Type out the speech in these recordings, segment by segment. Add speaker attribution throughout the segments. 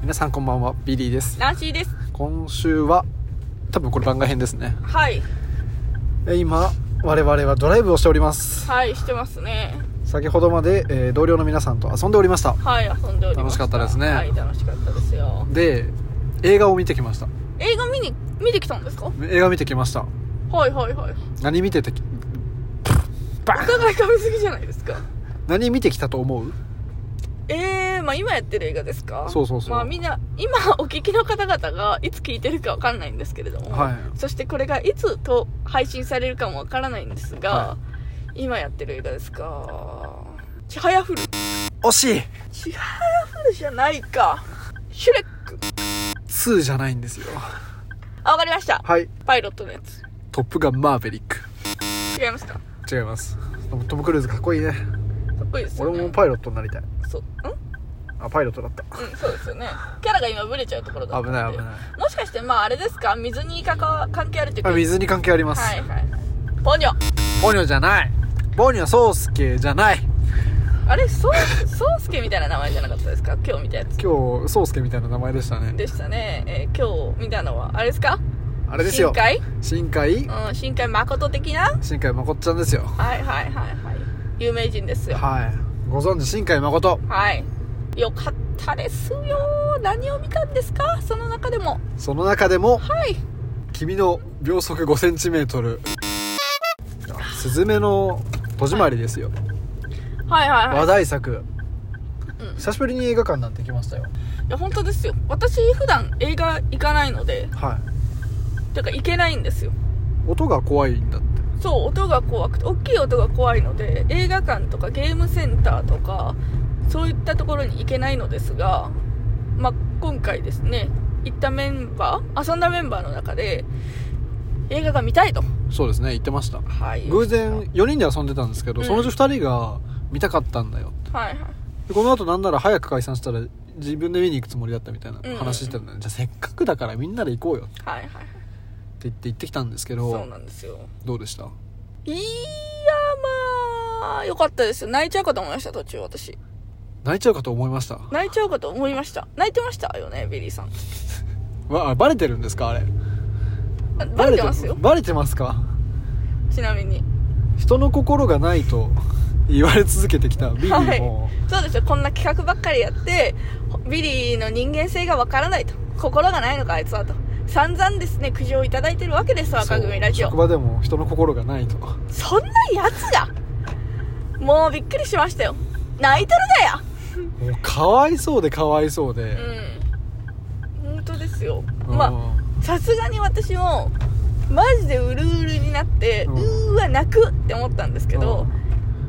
Speaker 1: 皆さんこんばんはビリーです
Speaker 2: ナンシーです
Speaker 1: 今週は多分これ番外編ですね
Speaker 2: はい
Speaker 1: え今我々はドライブをしております
Speaker 2: はいしてますね
Speaker 1: 先ほどまで、えー同僚の皆さんと遊んでおりました
Speaker 2: はい遊んでおりま
Speaker 1: 楽
Speaker 2: し
Speaker 1: したかったですね
Speaker 2: はい楽しかったですよ
Speaker 1: で映画を見てきました
Speaker 2: 映画見に見てきたんですか
Speaker 1: 映画見てきました
Speaker 2: はいはいはい
Speaker 1: 何見ててき
Speaker 2: お互い噛みすぎじゃないですか
Speaker 1: 何見てきたと思う
Speaker 2: えー、まあ今やってる映画ですか
Speaker 1: そうそうそう
Speaker 2: まあみんな今お聞きの方々がいつ聞いてるかわかんないんですけれども、
Speaker 1: はい
Speaker 2: そしてこれがいつと配信されるかもわからないんですが、
Speaker 1: は
Speaker 2: 今やってる映画ですかちはやふる
Speaker 1: 惜しい
Speaker 2: ちはやふるじゃないかシュレック
Speaker 1: 2じゃないんですよ
Speaker 2: あわかりました
Speaker 1: はい
Speaker 2: パイロットのやつ
Speaker 1: 「トップガンマーヴェリック
Speaker 2: 違いますかか」
Speaker 1: 違いますでもトム・クルーズかっこいいね
Speaker 2: っこいいですよ
Speaker 1: 俺
Speaker 2: ね
Speaker 1: もパイロットになりたい
Speaker 2: そうん
Speaker 1: あパイロットだった
Speaker 2: うんそうですよねキャラが今ブレちゃうところだっ
Speaker 1: 危
Speaker 2: たんで
Speaker 1: ない危ない
Speaker 2: もしかしてまああれですか水にかか関係あるっていう
Speaker 1: あ
Speaker 2: か
Speaker 1: 水に関係あります、
Speaker 2: はいはいポニョ
Speaker 1: ボニョじゃないボニョソースケじゃない
Speaker 2: あれそうそうすけみたいな名前じゃなかったですか今日見たやつ
Speaker 1: 今日ソースケみたいな名前でしたね
Speaker 2: でしたね、えー今日見たのはあれですか
Speaker 1: あれですよ
Speaker 2: 深海、
Speaker 1: 深海
Speaker 2: うん、深海誠的な
Speaker 1: 新海誠ちゃんですよ
Speaker 2: はいはいはいはい有名人ですよ
Speaker 1: はいご存知新海誠
Speaker 2: はいよかったですよ何を見たんですかその中でも
Speaker 1: その中でも
Speaker 2: はい
Speaker 1: 君の秒速 5cm スズメの戸締まりですよ、
Speaker 2: はいはいはい
Speaker 1: 話題作、
Speaker 2: うん
Speaker 1: 久しぶりに映画館なんて来ましたよ
Speaker 2: いや本当ですよ私普段映画行かないので
Speaker 1: はい
Speaker 2: てか行けないんですよ
Speaker 1: 音が怖いんだって
Speaker 2: そう音が怖くて大きい音が怖いので映画館とかゲームセンターとかそういったところに行けないのですが、まあ、今回ですね行ったメンバー遊んだメンバーの中で映画が見たいと、
Speaker 1: そうですね言ってました
Speaker 2: はい、
Speaker 1: 偶然4人で遊んでたんですけど、
Speaker 2: うん
Speaker 1: そのうち2人が見たかったんだよ
Speaker 2: はいはい
Speaker 1: でこの後なんなら早く解散したら自分で見に行くつもりだったみたいな
Speaker 2: うん
Speaker 1: 話してたんだよね、じゃあせっかくだからみんなで行こうよって
Speaker 2: はいはい
Speaker 1: 言って行ってきたんですけ
Speaker 2: そう
Speaker 1: ど
Speaker 2: なんですよ
Speaker 1: どうでした
Speaker 2: いやまあよかったですよ泣いちゃうかと思いました途中私
Speaker 1: 泣いちゃうかと思いました
Speaker 2: 泣いちゃうかと思いました泣いてましたよねビリーさん
Speaker 1: わあバレてるんですかあれ
Speaker 2: あバレてますよ
Speaker 1: バレてますか
Speaker 2: ちなみに
Speaker 1: 人の心がない と言われ続けてきたビリーも、
Speaker 2: そうですよこんな企画ばっかりやってビリーの人間性がわからないと心がないのかあいつはと散々ですね苦情をいただいてるわけです
Speaker 1: そう
Speaker 2: 若組ラジオ
Speaker 1: 職場でも人の心がないと
Speaker 2: そんなやつがもうびっくりしましたよ泣いとる
Speaker 1: もうかわいそうでかわいそうで、
Speaker 2: だようん本当ですよ
Speaker 1: うん
Speaker 2: まあさすがに私もマジでうるうるになって、
Speaker 1: う
Speaker 2: うんーわ泣くって思ったんですけど、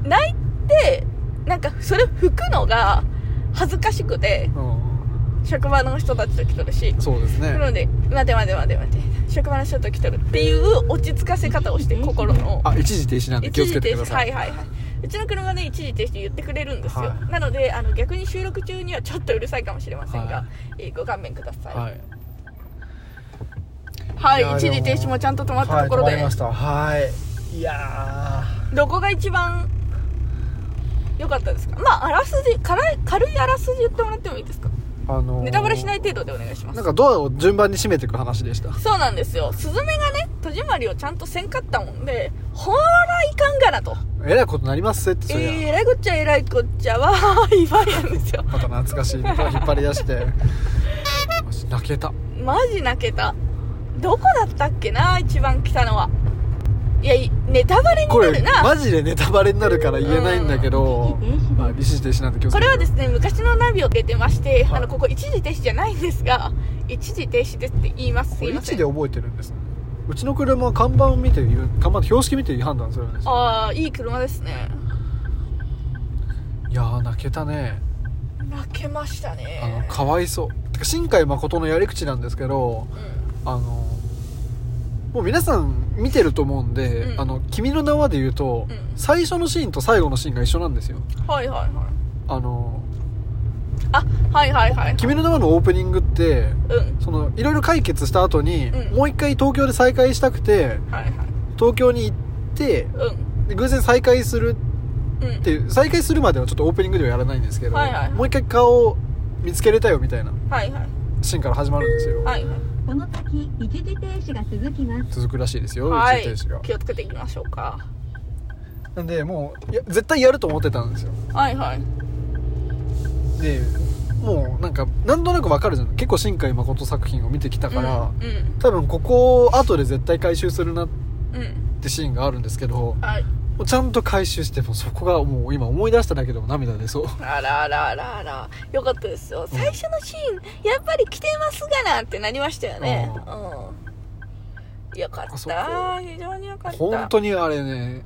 Speaker 2: 泣いてなんかそれ拭くのが恥ずかしくて
Speaker 1: うん
Speaker 2: 職場の人たちと来とるし
Speaker 1: そうです
Speaker 2: な
Speaker 1: ね
Speaker 2: ので待て待て待て待て職場の人と来とるっていう落ち着かせ方をして心の
Speaker 1: あ一時停止なんで気をつけてくださ
Speaker 2: はいいはいはいうちの車で一時停止言ってくれるんですよ、
Speaker 1: はい
Speaker 2: なのであの逆に収録中にはちょっとうるさいかもしれませんが、
Speaker 1: は
Speaker 2: えーご勘弁ください
Speaker 1: は
Speaker 2: はい、
Speaker 1: いいや
Speaker 2: 一
Speaker 1: で
Speaker 2: 時
Speaker 1: も
Speaker 2: 停止もちゃんと止まったところ
Speaker 1: はい、止ま
Speaker 2: で、
Speaker 1: りましたはいいや
Speaker 2: どこが一番良かったですかまああらすじ軽い軽いあらすじ言ってもらってもいいですか
Speaker 1: ーあのー
Speaker 2: ネタバレしない程度でお願いします
Speaker 1: なんかドアを順番に閉めていく話でした
Speaker 2: そうなんですよスズメがね戸締まりをちゃんとせんかったもんでほーらいかんがなと
Speaker 1: えらいことなりますってそりゃ、
Speaker 2: えらいこっちゃえらいこっちゃわーいばいなんですよ
Speaker 1: また懐かしいネタを引っ張り出して マジ泣けた
Speaker 2: マジ泣けたどこだったっけな一番来たのはいやいネタバレに
Speaker 1: こ
Speaker 2: な
Speaker 1: れ
Speaker 2: るな
Speaker 1: マジでネタバレになるから言えないんだけど、まあ、ビシ停止なんて気をつ
Speaker 2: こ
Speaker 1: けて
Speaker 2: れはですね昔のナビを出てまして、
Speaker 1: はい
Speaker 2: あのここ一時停止じゃないんですが一時停止ですって言います
Speaker 1: こ
Speaker 2: すい
Speaker 1: れ位
Speaker 2: ませ
Speaker 1: 置
Speaker 2: ん
Speaker 1: で覚えてるんですねうちの車は看板を見て言う看板標識見て判断するんですよ
Speaker 2: ああいい車ですね
Speaker 1: いやー泣けたね
Speaker 2: 泣けました
Speaker 1: あの
Speaker 2: ね
Speaker 1: かわいそうてか新海誠のやり口なんですけど
Speaker 2: うん
Speaker 1: あのもう皆さん見てると思うんで「
Speaker 2: うん
Speaker 1: あの君の名は」で言うと、
Speaker 2: うん
Speaker 1: 最初のシーンと最後のシーンが一緒なんですよ
Speaker 2: はいはいはい
Speaker 1: あの
Speaker 2: あはいはいは
Speaker 1: 「
Speaker 2: い
Speaker 1: 君の名は」のオープニングって
Speaker 2: うん
Speaker 1: そのいろいろ解決した後に、
Speaker 2: うん
Speaker 1: もう一回東京で再会したくて
Speaker 2: はいはい
Speaker 1: 東京に行って
Speaker 2: うん
Speaker 1: で偶然再会する
Speaker 2: うん
Speaker 1: っていう再会するまではちょっとオープニングではやらないんですけど、
Speaker 2: はいはい
Speaker 1: もう一回顔を見つけれたよみたいな
Speaker 2: はいはい
Speaker 1: シーンから始まるんですよ
Speaker 2: はいはい
Speaker 3: この先一時停止が続きます
Speaker 1: 続くらしいですよ、
Speaker 2: は
Speaker 1: 宇宙停止が
Speaker 2: い気をつけていきましょうか
Speaker 1: なんでもういや絶対やると思ってたんですよ
Speaker 2: はいはい
Speaker 1: でもうなんかなんとなくわかるじゃん結構新海誠作品を見てきたから、
Speaker 2: うん
Speaker 1: 多分ここを後で絶対回収するなっ
Speaker 2: うん、うん、
Speaker 1: てシーンがあるんですけども
Speaker 2: はい、
Speaker 1: うちゃんと回収してもうそこがもう今思い出しただけでも涙出そう
Speaker 2: あらあらあらあらよかったですよ最初のシーン、やっぱり来てますがなってなりましたよね
Speaker 1: う
Speaker 2: うんよか
Speaker 1: あ
Speaker 2: っ
Speaker 1: そこ
Speaker 2: た非常によかった
Speaker 1: 本当にあれね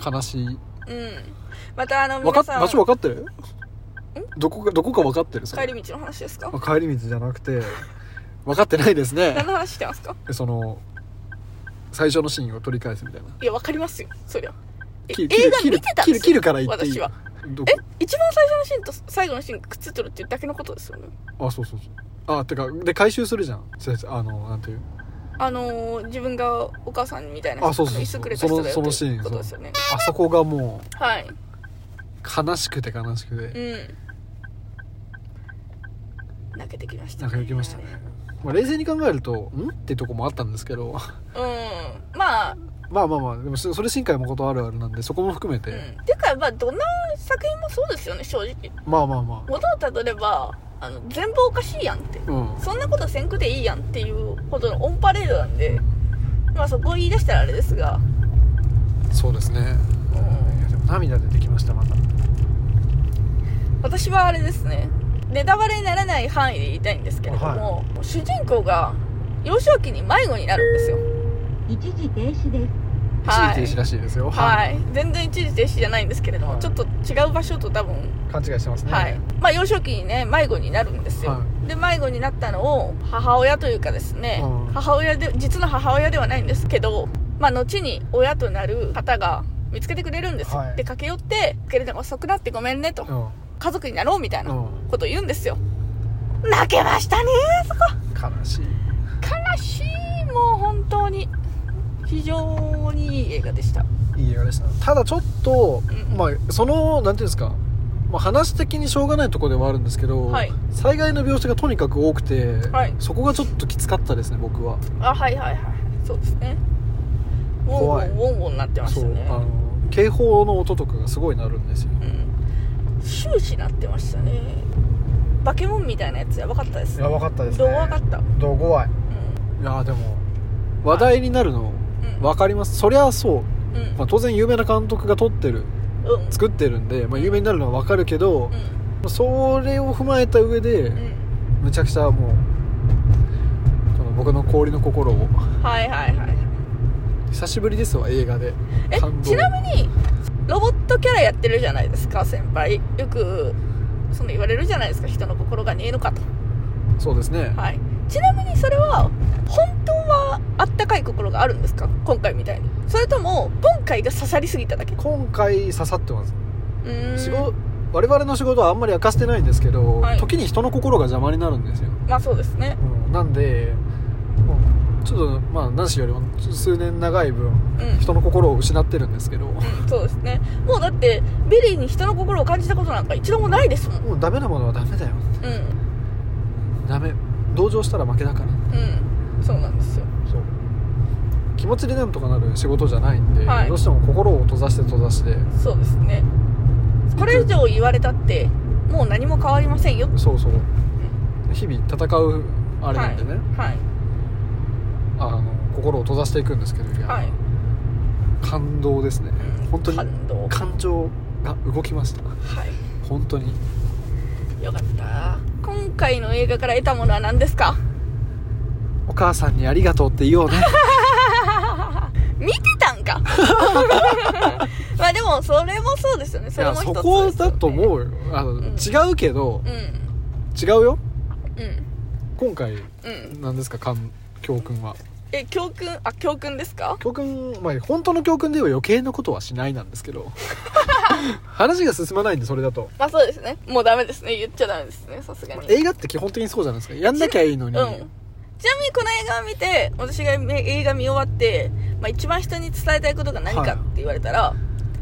Speaker 2: う
Speaker 1: 悲しい
Speaker 2: ん、うん、またあの
Speaker 1: わか
Speaker 2: 皆
Speaker 1: っ
Speaker 2: さん
Speaker 1: 場所分かってるどこかどこか分かってるそれ
Speaker 2: 帰り道の話ですか
Speaker 1: あ帰り道じゃなくて分かってないですね
Speaker 2: 何の話してますか
Speaker 1: でその最初のシーンを取り返すみたいない
Speaker 2: やわかりますよそりゃえ
Speaker 1: 切
Speaker 2: 映
Speaker 1: る切る
Speaker 2: 画見てたんです
Speaker 1: 切
Speaker 2: よ
Speaker 1: る切るから言っていい
Speaker 2: 私は
Speaker 1: どこ
Speaker 2: え一番最初のシーンと最後のシーンくっついてるっていうだけのことですよね
Speaker 1: あそうそうそうあてかで回収するじゃん違う違うあのなんていう
Speaker 2: あのー自分がお母さんみたいな
Speaker 1: あそうそうそう
Speaker 2: 椅子くれた人だよ
Speaker 1: そのその
Speaker 2: って
Speaker 1: シーン
Speaker 2: ことですよね
Speaker 1: あそこがも
Speaker 2: はい、
Speaker 1: う悲しくて悲しくて
Speaker 2: うん、泣けてきました
Speaker 1: なんか行きましたね、まあ、冷静に考えるとんってとこもあったんですけど
Speaker 2: うんまあ、
Speaker 1: まあまあまあでもそそれ新海誠あるあるなんでそこも含めて、
Speaker 2: うん、てかまあどんな作品もそうですよね正直
Speaker 1: まあまあま
Speaker 2: 元をたどればあの全部おかしいやんって
Speaker 1: あうん
Speaker 2: そんなことせんくていいやんっていうほどのオンパレードなんでまあそこを言い出したらあれですが
Speaker 1: そうですねいやでも涙出てきましたまた
Speaker 2: 私はあれですねネタバレにならない範囲で言いたいんですけれども、主人公が幼少期に迷子になるんですよ
Speaker 3: 一時停止です
Speaker 2: はい
Speaker 1: 一時停止らしいですよ
Speaker 2: はい全然一時停止じゃないんですけれども、
Speaker 1: はい
Speaker 2: ちょっと違う場所と多分
Speaker 1: 勘違いしてますね
Speaker 2: はい、まあ、幼少期にね迷子になるんですよ、
Speaker 1: は
Speaker 2: で迷子になったのを母親というかですね、
Speaker 1: うん
Speaker 2: 母親で実の母親ではないんですけど、まあ、後に親となる方が見つけてくれるんですよ、
Speaker 1: はい
Speaker 2: で駆け寄って「けれども遅くなってごめんね」と
Speaker 1: う
Speaker 2: 「家族になろう」みたい
Speaker 1: ん、う、
Speaker 2: なんことを言うんですよ泣けましたねそこ
Speaker 1: 悲しい
Speaker 2: 悲しいもう本当に非常にいい映画でした
Speaker 1: いい映画でしたただちょっと、
Speaker 2: うん
Speaker 1: まあそのなんていうんですか、まあ、話的にしょうがないところではあるんですけど、
Speaker 2: はい
Speaker 1: 災害の描写がとにかく多くて、
Speaker 2: はい
Speaker 1: そこがちょっときつかったですね僕は
Speaker 2: あはいはいはいそうですねウォンウ
Speaker 1: 怖
Speaker 2: ォ
Speaker 1: い
Speaker 2: ンウォンウォンなってまし
Speaker 1: そ
Speaker 2: た
Speaker 1: う
Speaker 2: ね
Speaker 1: あの警報の音とかがすごい鳴るんですよ
Speaker 2: うん終始なってましたねバケモンみたいなやつやばかったですね
Speaker 1: ばかったで
Speaker 2: どうわかった、うん、
Speaker 1: どう怖いいやでも話題になるの
Speaker 2: うん
Speaker 1: 分かりますそりゃそう、
Speaker 2: うんうん
Speaker 1: まあ、当然有名な監督が撮ってる作ってるんで、まあ、有名になるのは分かるけど、それを踏まえた上で、
Speaker 2: うん
Speaker 1: むちゃくちゃもうこの僕の氷の心を
Speaker 2: うんはいはいはい
Speaker 1: 久しぶりですわ映画で
Speaker 2: え
Speaker 1: 感動
Speaker 2: ちなみにロボットキャラやってるじゃないですか先輩よくその言われるじゃないですか人の心がねえのかと
Speaker 1: そうですね
Speaker 2: はいちなみにそれは本当はあったかい心があるんですか今回みたいにそれとも今回が刺さりすぎただけう
Speaker 1: 今回刺さってます
Speaker 2: ーん
Speaker 1: 仕事我々の仕事はあんまり明かしてないんですけど、
Speaker 2: はい
Speaker 1: 時に人の心が邪魔になるんですよ、
Speaker 2: まあそうですね
Speaker 1: うん、なんでもうちょっとまあ何しよりも数年長い分
Speaker 2: うん
Speaker 1: 人の心を失ってるんですけども
Speaker 2: うんそうですねもうだってビリーに人の心を感じたことなんか一度もないですもんうん
Speaker 1: うダメなものはダメだよ
Speaker 2: う
Speaker 1: ダメ同情したら負けだから
Speaker 2: んそうなんですよ
Speaker 1: そう気持ちでなんとかなる仕事じゃないんで、
Speaker 2: はい
Speaker 1: どうしても心を閉ざして閉ざして
Speaker 2: そうですねこれ以上言われたってもう何も変わりませんよ
Speaker 1: そうそう日々戦うあれなんでね、
Speaker 2: はい
Speaker 1: あの心を閉ざしていくんですけどいや、
Speaker 2: はい、はい
Speaker 1: 感動ですね
Speaker 2: うん
Speaker 1: 本当に
Speaker 2: 感動は
Speaker 1: 感情が動きました本当に
Speaker 2: いよかった今回の映画から得たものは何ですか
Speaker 1: お母さんにありがとうって言おうね
Speaker 2: 見てた んかまあでもそれもそうですよね
Speaker 1: い
Speaker 2: それ
Speaker 1: や
Speaker 2: も一つ
Speaker 1: そ
Speaker 2: ですよね
Speaker 1: こだと思うよあの、
Speaker 2: ん
Speaker 1: 違うけど
Speaker 2: うん
Speaker 1: 違うよ
Speaker 2: うん
Speaker 1: 今回
Speaker 2: うん
Speaker 1: 何ですか感教訓は
Speaker 2: え教訓あ教訓ですか
Speaker 1: 教訓まあ本当の教訓では余計なことはしないなんですけど 話が進まないんでそれだと
Speaker 2: まあそうですね。もうダメですね。言っちゃダメですね。さすがに。
Speaker 1: 映画って基本的にそうじゃないですかやんなきゃいいの
Speaker 2: うん。ち
Speaker 1: に、
Speaker 2: なみにこの映画を見て、私がめ映画見終わって、まあ一番人に伝えたいことが何かって言われたら、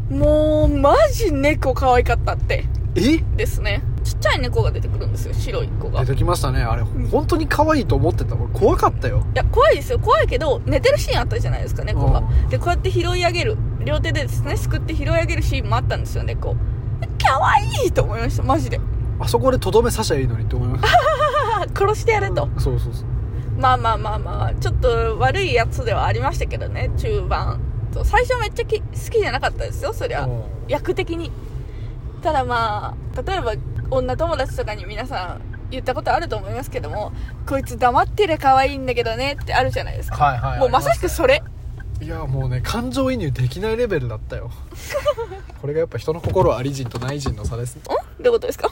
Speaker 2: もうマジ猫可愛かったって、
Speaker 1: え
Speaker 2: ですね。ちっちゃい猫が出てくるんですよ白い子が
Speaker 1: 出
Speaker 2: い
Speaker 1: てきましたねあれ本当に可愛いと思ってた俺怖かったよ
Speaker 2: や怖いですよ怖いけど寝てるシーンあったじゃないですか猫が
Speaker 1: う
Speaker 2: でこうやって拾い上げる両手でですねすくって拾い上げるシーンもあったんですよ猫可愛いと思いましたマジで
Speaker 1: あそこでとどめ刺しゃいいのにって思いました
Speaker 2: あ殺してやれと
Speaker 1: そうそうそう
Speaker 2: まあまあまあまあちょっと悪いやつではありましたけどね中盤そう最初めっちゃき好きじゃなかったですよそりゃ
Speaker 1: うん
Speaker 2: 役的にただまあ例えば女友達とかに皆さん言ったことあると思いますけどもこいつ黙ってりゃ可愛いんだけどねってあるじゃないですか
Speaker 1: はいはい
Speaker 2: もうまさしくそれ
Speaker 1: いやもうね感情移入できないレベルだったよこれがやっぱ人の心はあり人とない人の差ですね
Speaker 2: んどういうことですか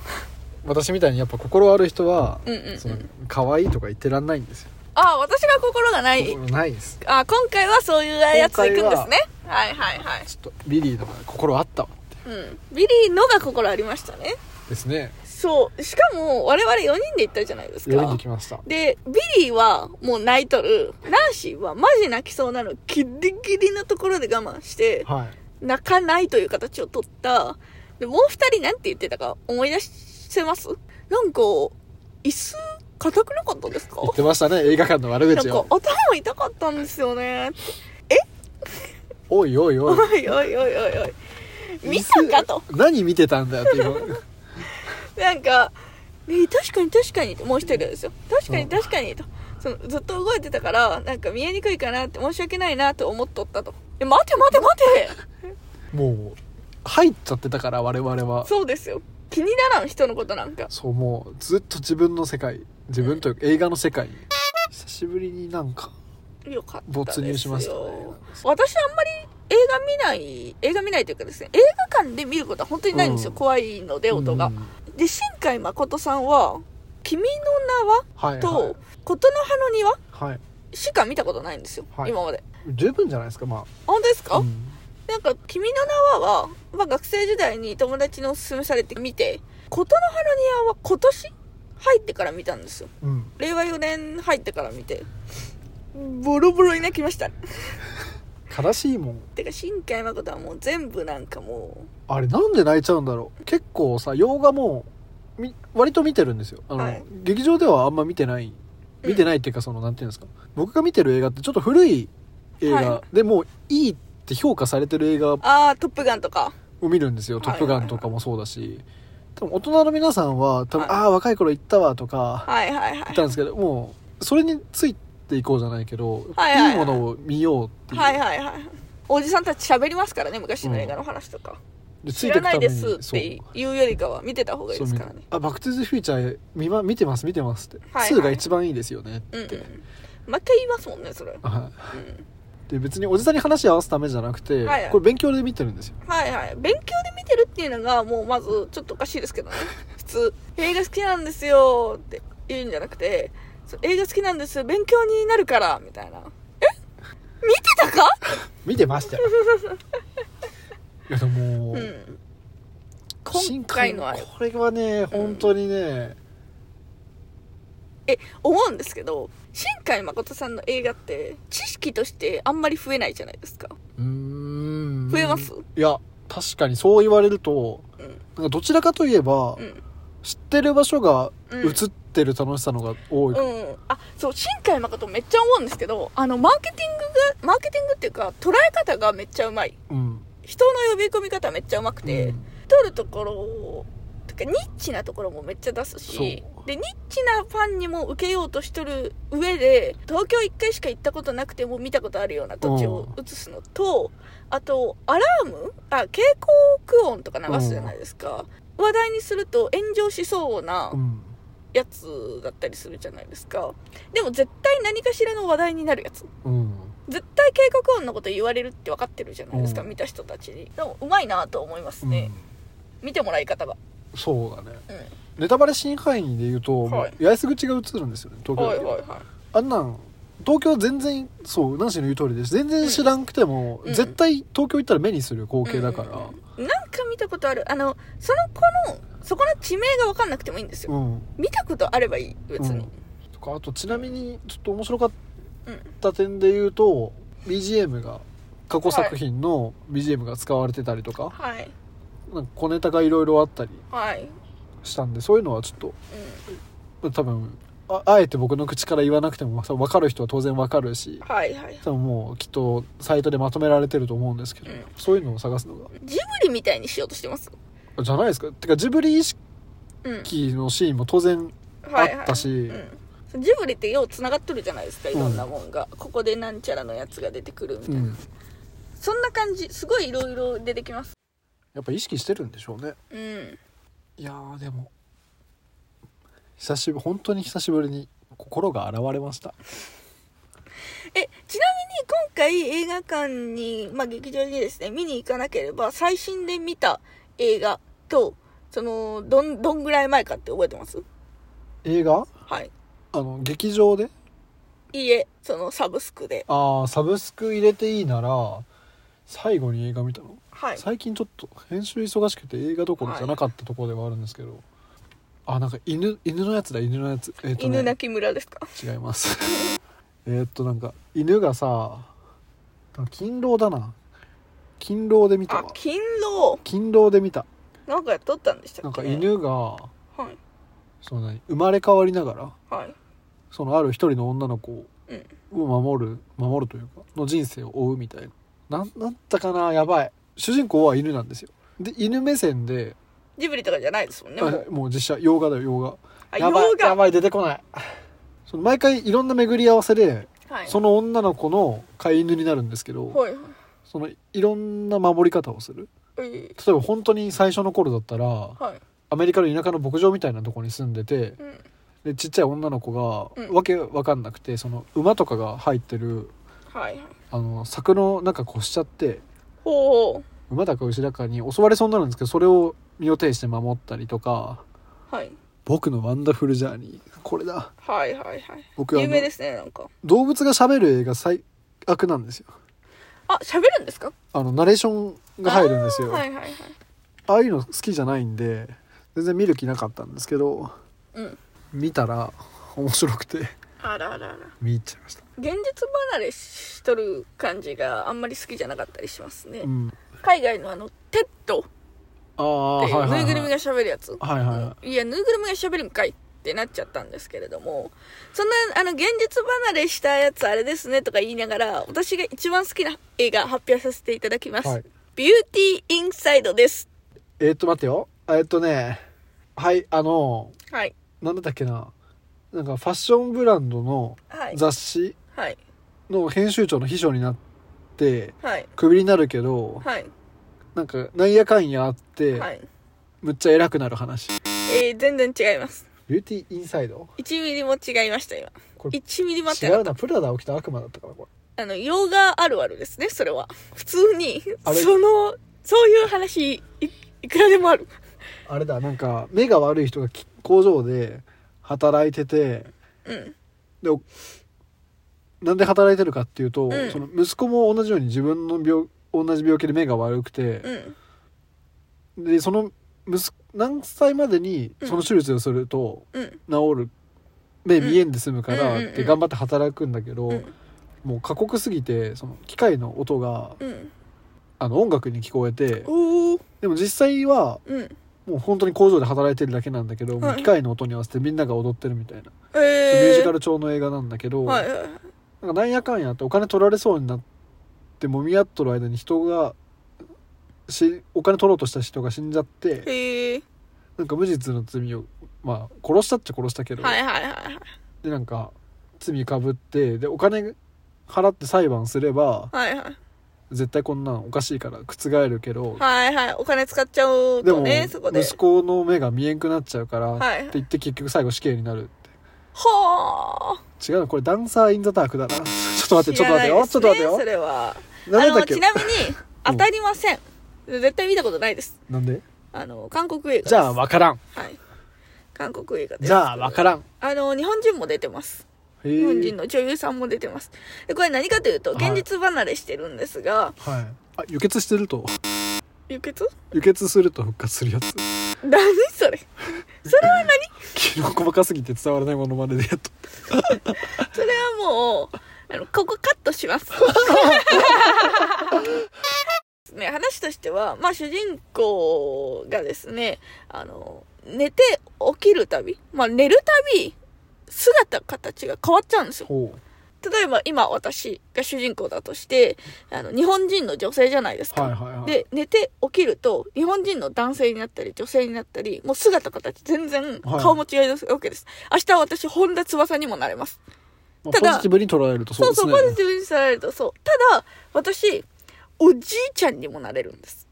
Speaker 1: 私みたいにやっぱ心ある人は、
Speaker 2: うんうんうん
Speaker 1: その可愛いとか言ってらんないんですよ、
Speaker 2: ああ私が心がない
Speaker 1: 心ないです
Speaker 2: あー今回はそういうやつでいくんですねはいはいはい、
Speaker 1: ちょっとビリーの方が心あったわって
Speaker 2: うん、ビリーのが心ありましたね
Speaker 1: ですね
Speaker 2: そうしかも我々4人で行ったじゃないです
Speaker 1: 呼びに
Speaker 2: か
Speaker 1: 来ました
Speaker 2: でビリーはもう泣いとるナンシーはマジ泣きそうなのギリギリのところで我慢して
Speaker 1: はい
Speaker 2: 泣かないという形を取った。で、もう二人なんて言ってたか思い出せますなんか、椅子硬くなかったですか
Speaker 1: 言ってましたね映画館の悪
Speaker 2: なん
Speaker 1: 口
Speaker 2: か
Speaker 1: を
Speaker 2: 頭痛かったんですよね。
Speaker 1: おいおい
Speaker 2: お
Speaker 1: おい
Speaker 2: いおいおいおいおい。見たかと。
Speaker 1: 何見てたんだよっていう
Speaker 2: なんか、ね、確かに確かにと、もう一人ですよ。確かに確かにと。そのずっと動いてたから、なんか見えにくいかなって申し訳ないなと思っとったと。え、待て待て待て
Speaker 1: もう入っちゃってたから我々は
Speaker 2: そうですよ。気にならん人のことなんか。
Speaker 1: そうもうずっと自分の世界自分というか映画の世界に久しぶりになんか
Speaker 2: よかったですよ
Speaker 1: 没入しましたね
Speaker 2: 私あんまり映画見ない映画見ないというかですね映画館で見ることは本当にないんですよ、
Speaker 1: うん
Speaker 2: 怖いので音が、
Speaker 1: うん
Speaker 2: で新海誠さんは「君の
Speaker 1: はいは
Speaker 2: 名は」と
Speaker 1: い
Speaker 2: 「琴の葉の庭
Speaker 1: はい」
Speaker 2: しか見たことないんですよ、
Speaker 1: はい
Speaker 2: 今まで
Speaker 1: 十分じゃないですかま
Speaker 2: 本当です
Speaker 1: あ、
Speaker 2: か、
Speaker 1: うん
Speaker 2: なんか「君の名は」は、まあ、学生時代に友達におすすめされて見て「琴の葉の庭」は今年入ってから見たんですよ
Speaker 1: うん、
Speaker 2: 令和4年入ってから見てボロボロに泣きました
Speaker 1: 悲しいもん
Speaker 2: てか新海誠はもう全部なんかも
Speaker 1: あれなんで泣いちゃうんだろう結構さ洋画もみ割と見てるんですよあの、
Speaker 2: はい
Speaker 1: 劇場ではあんま見てない
Speaker 2: うん
Speaker 1: 見てないっていうかそのなんていうんですか僕が見てる映画ってちょっと古い映画、
Speaker 2: は
Speaker 1: でもういいって評価されてる映画を
Speaker 2: うああトップガンとか
Speaker 1: 見るんですよ「トップガン」とかもそうだし多分大人の皆さんは多分、
Speaker 2: はい
Speaker 1: ああ若い頃行ったわとか
Speaker 2: はいはいは
Speaker 1: 言っ
Speaker 2: い
Speaker 1: たんですけどもうそれについていこうじゃないけど、
Speaker 2: はい
Speaker 1: い
Speaker 2: はいはい
Speaker 1: いものを見ようっていう、
Speaker 2: はいはいはいおじさんたち喋りますからね昔の映画の話とか、
Speaker 1: でつ
Speaker 2: 知
Speaker 1: いて
Speaker 2: ら
Speaker 1: くた
Speaker 2: な
Speaker 1: め
Speaker 2: い
Speaker 1: に
Speaker 2: ですって言うよりかは見てた方がいい
Speaker 1: そう
Speaker 2: ですからね
Speaker 1: あバック・トゥ・ザ・フューチャー見,、ま、見てます見てますって、
Speaker 2: はいはい
Speaker 1: 2が一番いいですよねっ
Speaker 2: うんうん
Speaker 1: て、
Speaker 2: 毎回言いますもんねそれ、うん、
Speaker 1: はいで別におじさんに話合わすためじゃなくて、
Speaker 2: はいはい
Speaker 1: これ勉強で見てるんですよ
Speaker 2: はいはい勉強で見てるっていうのがもうまずちょっとおかしいですけどね普通映画好きなんですよって言うんじゃなくてそう映画好きなんです勉強になるからみたいなえ見てたか
Speaker 1: 見てました よいやでも、
Speaker 2: うん今回のあれ
Speaker 1: 新これはね本当にね、
Speaker 2: え思うんですけど新海誠さんの映画って知識としてあんまり増えないじゃないですか
Speaker 1: うーん
Speaker 2: 増えます
Speaker 1: いや確かにそう言われると
Speaker 2: うん
Speaker 1: なんかどちらかといえば、
Speaker 2: うん
Speaker 1: 知ってる場所が
Speaker 2: うん
Speaker 1: 映ってる楽しさのが多い、
Speaker 2: うんあそう新海誠めっちゃ思うんですけどあのマーケティングがマーケティングっていうか捉え方がめっちゃうまい
Speaker 1: うん
Speaker 2: 人の呼び込み方めっちゃうまくて、
Speaker 1: うん
Speaker 2: 撮るところをてかニッチなところもめっちゃ出すし
Speaker 1: そ
Speaker 2: でニッチなファンにも受けようとしとる上で東京1回しか行ったことなくても見たことあるような土地を映すのと、あとアラームあ蛍光区音とか流すじゃないですか、話題にすると炎上しそうな
Speaker 1: うん
Speaker 2: やつだったりするじゃないですかでも絶対何かしらの話題になるやつ
Speaker 1: うん
Speaker 2: 絶対警告音のこと言われるって分かってるじゃないですか、
Speaker 1: うん
Speaker 2: 見た人たちにでもうまいなと思いますね、見てもらい方が
Speaker 1: うんそうだね
Speaker 2: うん
Speaker 1: ネタバレ新範囲で言うと、もう
Speaker 2: はい
Speaker 1: 八重洲口が映るんですよね東京
Speaker 2: は
Speaker 1: 駅
Speaker 2: いはいはい
Speaker 1: あんなん東京全然そうナンシーの言う通りです全然知らんくても、
Speaker 2: うん
Speaker 1: 絶対東京行ったら目にする光景だから、
Speaker 2: うんなんか見たことあるあのその子のそこの地名が分かんなくてもいいんですよ、
Speaker 1: うん
Speaker 2: 見たことあればいい別に、
Speaker 1: とかあとちなみにちょっと面白かった点で言うと BGM が過去作品の BGM が使われてたりとか,、
Speaker 2: はい
Speaker 1: なんか小ネタがいろいろあったり
Speaker 2: はい
Speaker 1: したんでそういうのはちょっと多分ああえて僕の口から言わなくても多分分かる人は当然分かるし
Speaker 2: はいはい
Speaker 1: 多分もうきっとサイトでまとめられてると思うんですけど、
Speaker 2: うん
Speaker 1: そういうのを探すのが
Speaker 2: ジブリみたいにしようとしてます
Speaker 1: じゃないですかてかジブリ意識
Speaker 2: うん
Speaker 1: のシーンも当然
Speaker 2: はい
Speaker 1: あったし
Speaker 2: うん、ジブリってようつながっとるじゃないですかいろんなもんが、ここでなんちゃらのやつが出てくるみた
Speaker 1: う
Speaker 2: いな、
Speaker 1: ん
Speaker 2: そんな感じすごいいろいろ出てきます
Speaker 1: やっぱ意識してるんでしょうね
Speaker 2: うん
Speaker 1: いやーでも久しぶり本当に久しぶりに心が洗われました
Speaker 2: えちなみに今回映画館に、まあ、劇場にですね見に行かなければ最新で見た映画とそのどんどんぐらい前かって覚えてます
Speaker 1: 映画
Speaker 2: はい
Speaker 1: あの劇場で
Speaker 2: いいえそのサブスクで
Speaker 1: ああサブスク入れていいなら最後に映画見たの、
Speaker 2: はい
Speaker 1: 最近ちょっと編集忙しくて映画どころじゃなかったところではあるんですけど、あなんか犬犬のやつだ犬のやつえっ、とね
Speaker 2: 犬鳴村ですか
Speaker 1: 違います えーっとなんか犬がさ勤労だな勤労で見た
Speaker 2: あ
Speaker 1: わ
Speaker 2: 勤労
Speaker 1: 勤労で見た
Speaker 2: なんかやっとったんでした
Speaker 1: な
Speaker 2: っ
Speaker 1: ん
Speaker 2: け
Speaker 1: か犬が
Speaker 2: はい
Speaker 1: その何生まれ変わりながら
Speaker 2: はい
Speaker 1: そのある一人の女の子
Speaker 2: うん
Speaker 1: を守る守るというかの人生を追うみたいななんだったかなやばい主人公は犬なんですよで犬目線で
Speaker 2: ジブリとかじゃないですもんねも
Speaker 1: あ
Speaker 2: う
Speaker 1: もう実写洋画だよ洋画
Speaker 2: あ
Speaker 1: や
Speaker 2: 洋
Speaker 1: ばいや
Speaker 2: 画
Speaker 1: ばい出てこないその毎回いろんな巡り合わせで
Speaker 2: はい
Speaker 1: その女の子の飼い犬になるんですけど、
Speaker 2: はい
Speaker 1: そのいろんな守り方をする
Speaker 2: はい
Speaker 1: 例えば本当に最初の頃だったら
Speaker 2: はい
Speaker 1: アメリカの田舎の牧場みたいなとこに住んでて
Speaker 2: うん
Speaker 1: でちっちゃい女の子が、
Speaker 2: うん
Speaker 1: わけわかんなくてその馬とかが入ってる
Speaker 2: はい
Speaker 1: あの柵の中越しちゃって
Speaker 2: ほ
Speaker 1: 馬だか牛だかに襲われそうになるんですけどそれを身を挺して守ったりとか
Speaker 2: うはい
Speaker 1: 「僕のワンダフルジャーニー」これだ
Speaker 2: はいはいはい
Speaker 1: 僕は
Speaker 2: 有名ですねなんか
Speaker 1: 動物が喋る映画最悪なんですよ
Speaker 2: あ喋るんですか
Speaker 1: あのナレーションが入るんですよ
Speaker 2: はいはいはい
Speaker 1: ああいうの好きじゃないんで全然見る気なかったんですけど
Speaker 2: うん
Speaker 1: 見たら面白く て
Speaker 2: あらあらあら
Speaker 1: 見入っちゃいました、
Speaker 2: 現実離れしとる感じがあんまり好きじゃなかったりしますね、
Speaker 1: うん、
Speaker 2: 海外のあのテッドっ
Speaker 1: ああ
Speaker 2: て
Speaker 1: はいいうはい、は
Speaker 2: ぬ
Speaker 1: い、
Speaker 2: いぐるみが喋るやつ、
Speaker 1: はいはいはい
Speaker 2: うんいやぬいぐるみが喋るんかいってなっちゃったんですけれどもそんなあの現実離れしたやつあれですねとか言いながら私が一番好きな映画発表させていただきます、
Speaker 1: はい
Speaker 2: ビューティーインサイドです
Speaker 1: えーっと待ってよえーっとねはいあの
Speaker 2: はい
Speaker 1: なんだったっけななんかファッションブランドの
Speaker 2: はい
Speaker 1: 雑誌
Speaker 2: はい
Speaker 1: の編集長の秘書になって
Speaker 2: はい
Speaker 1: クビになるけど
Speaker 2: はい
Speaker 1: なんかなんやかんやあって、
Speaker 2: はい
Speaker 1: むっちゃ偉くなる話
Speaker 2: えー、全然違います
Speaker 1: ビューティーインサイド
Speaker 2: 1ミリも違いました今
Speaker 1: これ
Speaker 2: 1ミリも違
Speaker 1: 違うなプラダを着た悪魔だったからこ
Speaker 2: あの、洋画あるあるですね、それは。普通に、
Speaker 1: あれ
Speaker 2: その、そういう話い、いくらでもある。
Speaker 1: れあれだなんか目が悪い人がき工場で働いてて
Speaker 2: うん。
Speaker 1: でおなんで働いてるかっていうと、
Speaker 2: うん
Speaker 1: その息子も同じように自分の病同じ病気で目が悪くて
Speaker 2: う、ん。
Speaker 1: でその息子何歳までにその手術をすると
Speaker 2: うん。
Speaker 1: 治る、目見えんで済むから
Speaker 2: うん
Speaker 1: って頑張って働くんだけど、
Speaker 2: うん
Speaker 1: もう過酷すぎてその機械の音が
Speaker 2: うん。
Speaker 1: あの音楽に聞こえて
Speaker 2: おー。
Speaker 1: でも実際は
Speaker 2: うん。
Speaker 1: もう本当に工場で働いてるだけなんだけど、もう
Speaker 2: はい
Speaker 1: 機械の音に合わせてみんなが踊ってるみたいな、
Speaker 2: え
Speaker 1: ミ
Speaker 2: ー。
Speaker 1: ュージカル調の映画なんだけど、
Speaker 2: はいはいは
Speaker 1: な
Speaker 2: い。
Speaker 1: んかなんやかんやってお金取られそうになってもみ合っとる間に人がしお金取ろうとした人が死んじゃって
Speaker 2: えー。
Speaker 1: なんか無実の罪をまあ殺したっちゃ殺したけど、
Speaker 2: はいはいはいはい。
Speaker 1: でなんか罪かぶってでお金払って裁判すれば
Speaker 2: はいはい。
Speaker 1: 絶対こんなんおかしいから覆るけど、
Speaker 2: はいはい。お金使っちゃう
Speaker 1: でも
Speaker 2: とね、そこで。
Speaker 1: 息子の目が見えんくなっちゃうからって
Speaker 2: はいはい
Speaker 1: 言って結局最後死刑になるって。
Speaker 2: はー。
Speaker 1: 違うのこれダンサーインザダークだな ちょっと待ってちょっと待ってよ、ちょっと待って
Speaker 2: 知らないですねそ
Speaker 1: よ
Speaker 2: れは。
Speaker 1: 何だ
Speaker 2: あ
Speaker 1: っ
Speaker 2: の、
Speaker 1: け
Speaker 2: ちなみに、当たりません。絶対見たことないです。
Speaker 1: なんで
Speaker 2: あの、韓国映画です。
Speaker 1: じゃあ分からん
Speaker 2: はい。韓国映画です。
Speaker 1: じゃあ分からん
Speaker 2: あの、日本人も出てます。
Speaker 1: へ
Speaker 2: 日本人
Speaker 1: ー
Speaker 2: の女優さんも出てます。で、これ何かというと、
Speaker 1: はい
Speaker 2: 現実離れしてるんですが、
Speaker 1: はいあ輸血してると
Speaker 2: 輸血
Speaker 1: 輸血すると復活するやつ
Speaker 2: 何それ それは何
Speaker 1: 昨日細かすぎて伝わらないものまねでやっと
Speaker 2: それはもう、あの、ここカットします。です ね、話としては、まあ主人公がですね、あの、寝て起きるたび、まあ寝るたび、姿、形が変わっちゃうんですよ。
Speaker 1: ほ
Speaker 2: 例えば今私が主人公だとして、あの、日本人の女性じゃないです
Speaker 1: う
Speaker 2: か。
Speaker 1: はいはいはい
Speaker 2: で、寝て起きると、日本人の男性になったり、女性になったり、もう姿形全然
Speaker 1: はい
Speaker 2: 顔も違いですわけです。明日は私、本田翼にもなれます。
Speaker 1: まあ
Speaker 2: ただ
Speaker 1: ポジティブに捉えるとそ
Speaker 2: そうう
Speaker 1: です
Speaker 2: そう、
Speaker 1: ね
Speaker 2: ポジティブにされるとそう。ただ、私、おじいちゃんにもなれるんです。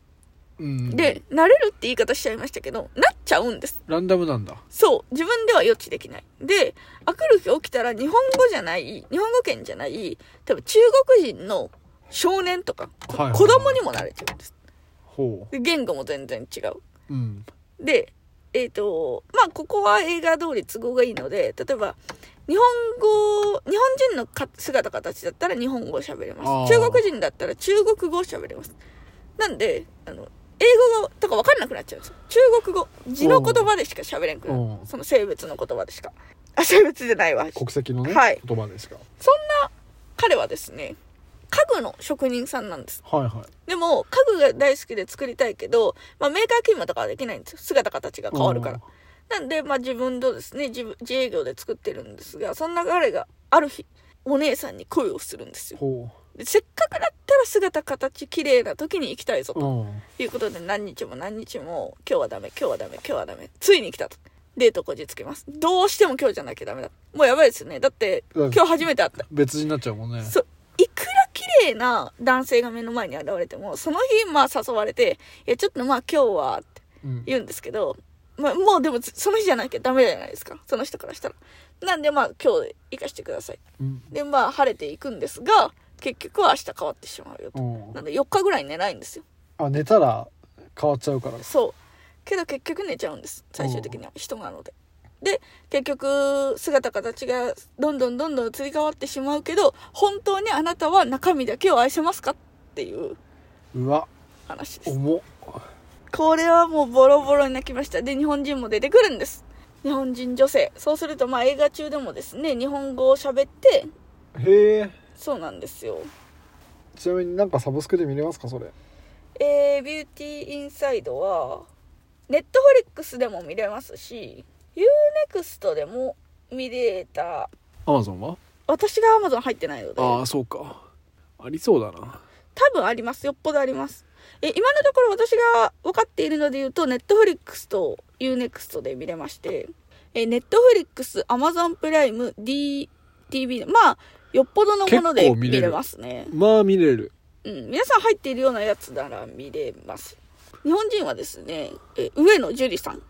Speaker 1: うん、
Speaker 2: で、なれるって言い方しちゃいましたけど、なっちゃうんです。
Speaker 1: ランダムなんだ
Speaker 2: そう、自分では予知できない。で、あくる日起きたら日本語じゃない、日本語圏じゃない、多分中国人の少年とか、
Speaker 1: はいはい
Speaker 2: 子供にもなれちゃうんです。
Speaker 1: ほ
Speaker 2: で言語も全然違う。
Speaker 1: ううん
Speaker 2: で、えっ、と、まあ、ここは映画通り都合がいいので、例えば、日本語、日本人のか姿形だったら日本語を喋れ
Speaker 1: あ
Speaker 2: ま
Speaker 1: ー
Speaker 2: す。中国人だったら中国語を喋れます。なんで、あの、英語とか分かんなくなっちゃうんですよ。中国語、字の言葉でしか喋れんくな
Speaker 1: お
Speaker 2: る。
Speaker 1: う
Speaker 2: その性別の言葉でしか。あ、性別じゃないわ。
Speaker 1: 国籍のね、
Speaker 2: はい
Speaker 1: 言葉ですか
Speaker 2: そんな彼はですね、家具の職人さんなんです。
Speaker 1: はいはい
Speaker 2: でも、家具が大好きで作りたいけど、まあ、メーカー勤務とかはできないんですよ。姿形が変わるから。なんで、まあ自分とですね、自分自営業で作ってるんですが、そんな彼がある日、お姉さんに恋をするんですよ。
Speaker 1: ほ
Speaker 2: でせっかくだったら姿形綺麗な時に行きたいぞ
Speaker 1: うう
Speaker 2: と
Speaker 1: ん
Speaker 2: いうことで何日も何日も今日はダメ、今日はダメ、今日はダメ。ついに来たと。デートこじつけます。どうしても今日じゃなきゃダメだ。もうやばいですよね。だって
Speaker 1: うん
Speaker 2: 今日初めて会った。
Speaker 1: 別人になっちゃうもんね
Speaker 2: そう。いくら綺麗な男性が目の前に現れても、その日、まあ誘われて、いや、ちょっとまあ今日は、って
Speaker 1: うん
Speaker 2: 言うんですけど、まあ、もうでもその日じゃなきゃダメじゃないですかその人からしたらなんでまあ今日行かしてください
Speaker 1: うん
Speaker 2: でまあ晴れていくんですが結局は明日変わってしまうよと
Speaker 1: うん
Speaker 2: なんで4日ぐらい寝ないんですよ
Speaker 1: あ寝たら変わっちゃうから
Speaker 2: そうけど結局寝ちゃうんです最終的には人なのでで結局姿形がどんどんどんどん移り変わってしまうけど本当にあなたは中身だけを愛せますかっていう
Speaker 1: うわ
Speaker 2: 話です
Speaker 1: 重っ
Speaker 2: これはもうボロボロに泣きました。で、日本人も出てくるんです。日本人女性。そうすると、まあ映画中でもですね、日本語を喋って、
Speaker 1: へえ
Speaker 2: そうなんですよ。
Speaker 1: ちなみになんかサブスクで見れますかそれ
Speaker 2: えー、ビューティーインサイドは、ネットフリックスでも見れますし、UNEXT でも見れた。
Speaker 1: アマゾンは
Speaker 2: 私が Amazon 入ってないので、
Speaker 1: あ
Speaker 2: 多
Speaker 1: あそうかありそうだな
Speaker 2: 分あります。よっぽどあります。え、今のところ私が分かっているので言うと、ネットフリックスと UNEXT で見れまして、え、ネットフリックス、アマゾンプライム、DTV、まあ、よっぽどのもので
Speaker 1: 結構見
Speaker 2: 見
Speaker 1: れる
Speaker 2: れますね。
Speaker 1: まあ見れる
Speaker 2: うん、皆さん入っているようなやつなら見れます。日本人はですね、え、上野樹里さん。
Speaker 1: へ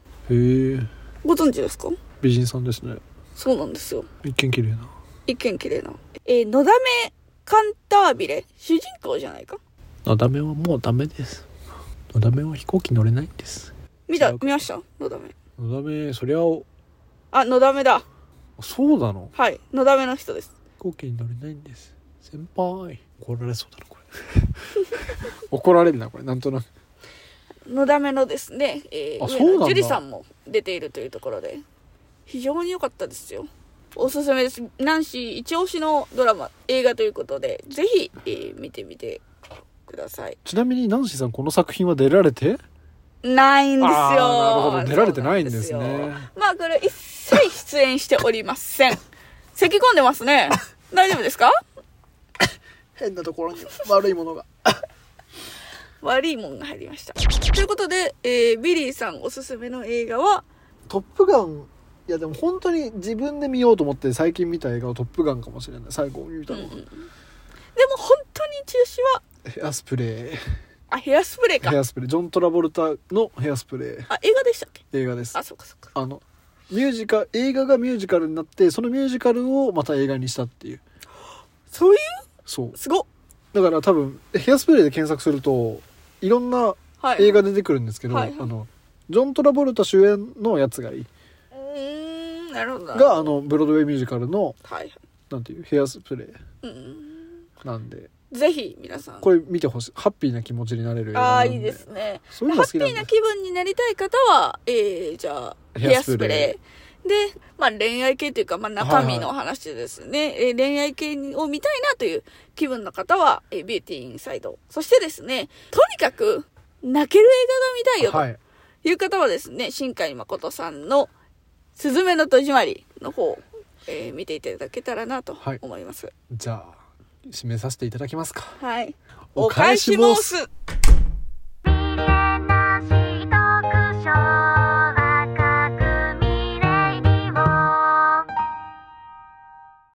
Speaker 1: え
Speaker 2: ご存知ですか
Speaker 1: 美人さんですね
Speaker 2: そうなんですよ。
Speaker 1: 一見綺麗な
Speaker 2: 一見綺麗な。えー、のだめカンタービレ、主人公じゃないか
Speaker 1: のだめはもうダメですのだめは飛行機乗れないんです
Speaker 2: 見た、
Speaker 1: 違うか
Speaker 2: 見ましたのだめ。
Speaker 1: のだめそりゃ
Speaker 2: あ、のだめだ。
Speaker 1: そうなの
Speaker 2: はい、のだめの人です。
Speaker 1: 飛行機に乗れないんです先輩怒られそうだなこれ 怒られるなこれなんとなく
Speaker 2: のだめのですね、えー、
Speaker 1: あそう
Speaker 2: 上
Speaker 1: なんだ
Speaker 2: 野樹里さんも出ているというところで、非常に良かったですよ。おすすめです。ナンシー一押しのドラマ、映画ということで、ぜひ、えー見てみてください。
Speaker 1: ちなみにナンシーさんこの作品は出られて
Speaker 2: ないんですよ。
Speaker 1: あーなるほど出られてないんですね
Speaker 2: そうなんですよまあ、これ一切出演しておりませ ん。咳込んでますね。大丈夫ですか
Speaker 1: 変なところに悪いものが
Speaker 2: 悪いもんが入りました。ということで、えービリーさんおすすめの映画は、
Speaker 1: 「トップガン」いやでも本当に自分で見ようと思って最近見た映画は「トップガン」かもしれない最後見たのが、
Speaker 2: うんうんでも本当に中止は、
Speaker 1: ヘアスプレ
Speaker 2: あ、ヘアスプレー
Speaker 1: ー
Speaker 2: か
Speaker 1: ヘ。アスプレージョン・トラボルタのヘアスプレー
Speaker 2: あ、映画でしたっけ
Speaker 1: 映画です
Speaker 2: あ、そうかそうか。
Speaker 1: あのミュージカル映画がミュージカルになってそのミュージカルをまた映画にしたっていう
Speaker 2: そうい
Speaker 1: そう
Speaker 2: うすごっ
Speaker 1: だから多分ヘアスプレーで検索するといろんな
Speaker 2: はい。
Speaker 1: 映画
Speaker 2: う
Speaker 1: 出てくるんですけど、
Speaker 2: はいはい
Speaker 1: あのジョン・トラボルタ主演のやつがいい
Speaker 2: ーん、なるほどなるほど。
Speaker 1: があのブロードウェイミュージカルの
Speaker 2: はいはい。
Speaker 1: なんていうヘアスプレー
Speaker 2: うんうん
Speaker 1: なんで
Speaker 2: うん。ぜひ、皆さん。
Speaker 1: これ見てほしいハッピーな気持ちになれる映画
Speaker 2: あ
Speaker 1: な
Speaker 2: あ、
Speaker 1: んで
Speaker 2: いいですね。
Speaker 1: そういうの
Speaker 2: ハ
Speaker 1: 好
Speaker 2: ッピ
Speaker 1: きなん
Speaker 2: ー
Speaker 1: で
Speaker 2: な気分になりたい方は、えー、じゃあ、ヘ
Speaker 1: ヘ
Speaker 2: ア
Speaker 1: アス
Speaker 2: スプ
Speaker 1: プレー
Speaker 2: レー。で、まあ恋愛系というか、まあ中身の話ですね。えー恋愛系を見たいなという気分の方は、えービューティーインサイド。そしてですね、とにかく泣ける映画が見たいよと。
Speaker 1: はい
Speaker 2: いう方はですね、新海誠さんの、すずめの戸締まりの方を、えー見ていただけたらなと
Speaker 1: はい
Speaker 2: 思います。
Speaker 1: じゃあ締めさせていただきますか
Speaker 2: はい。
Speaker 1: お返し申す
Speaker 2: す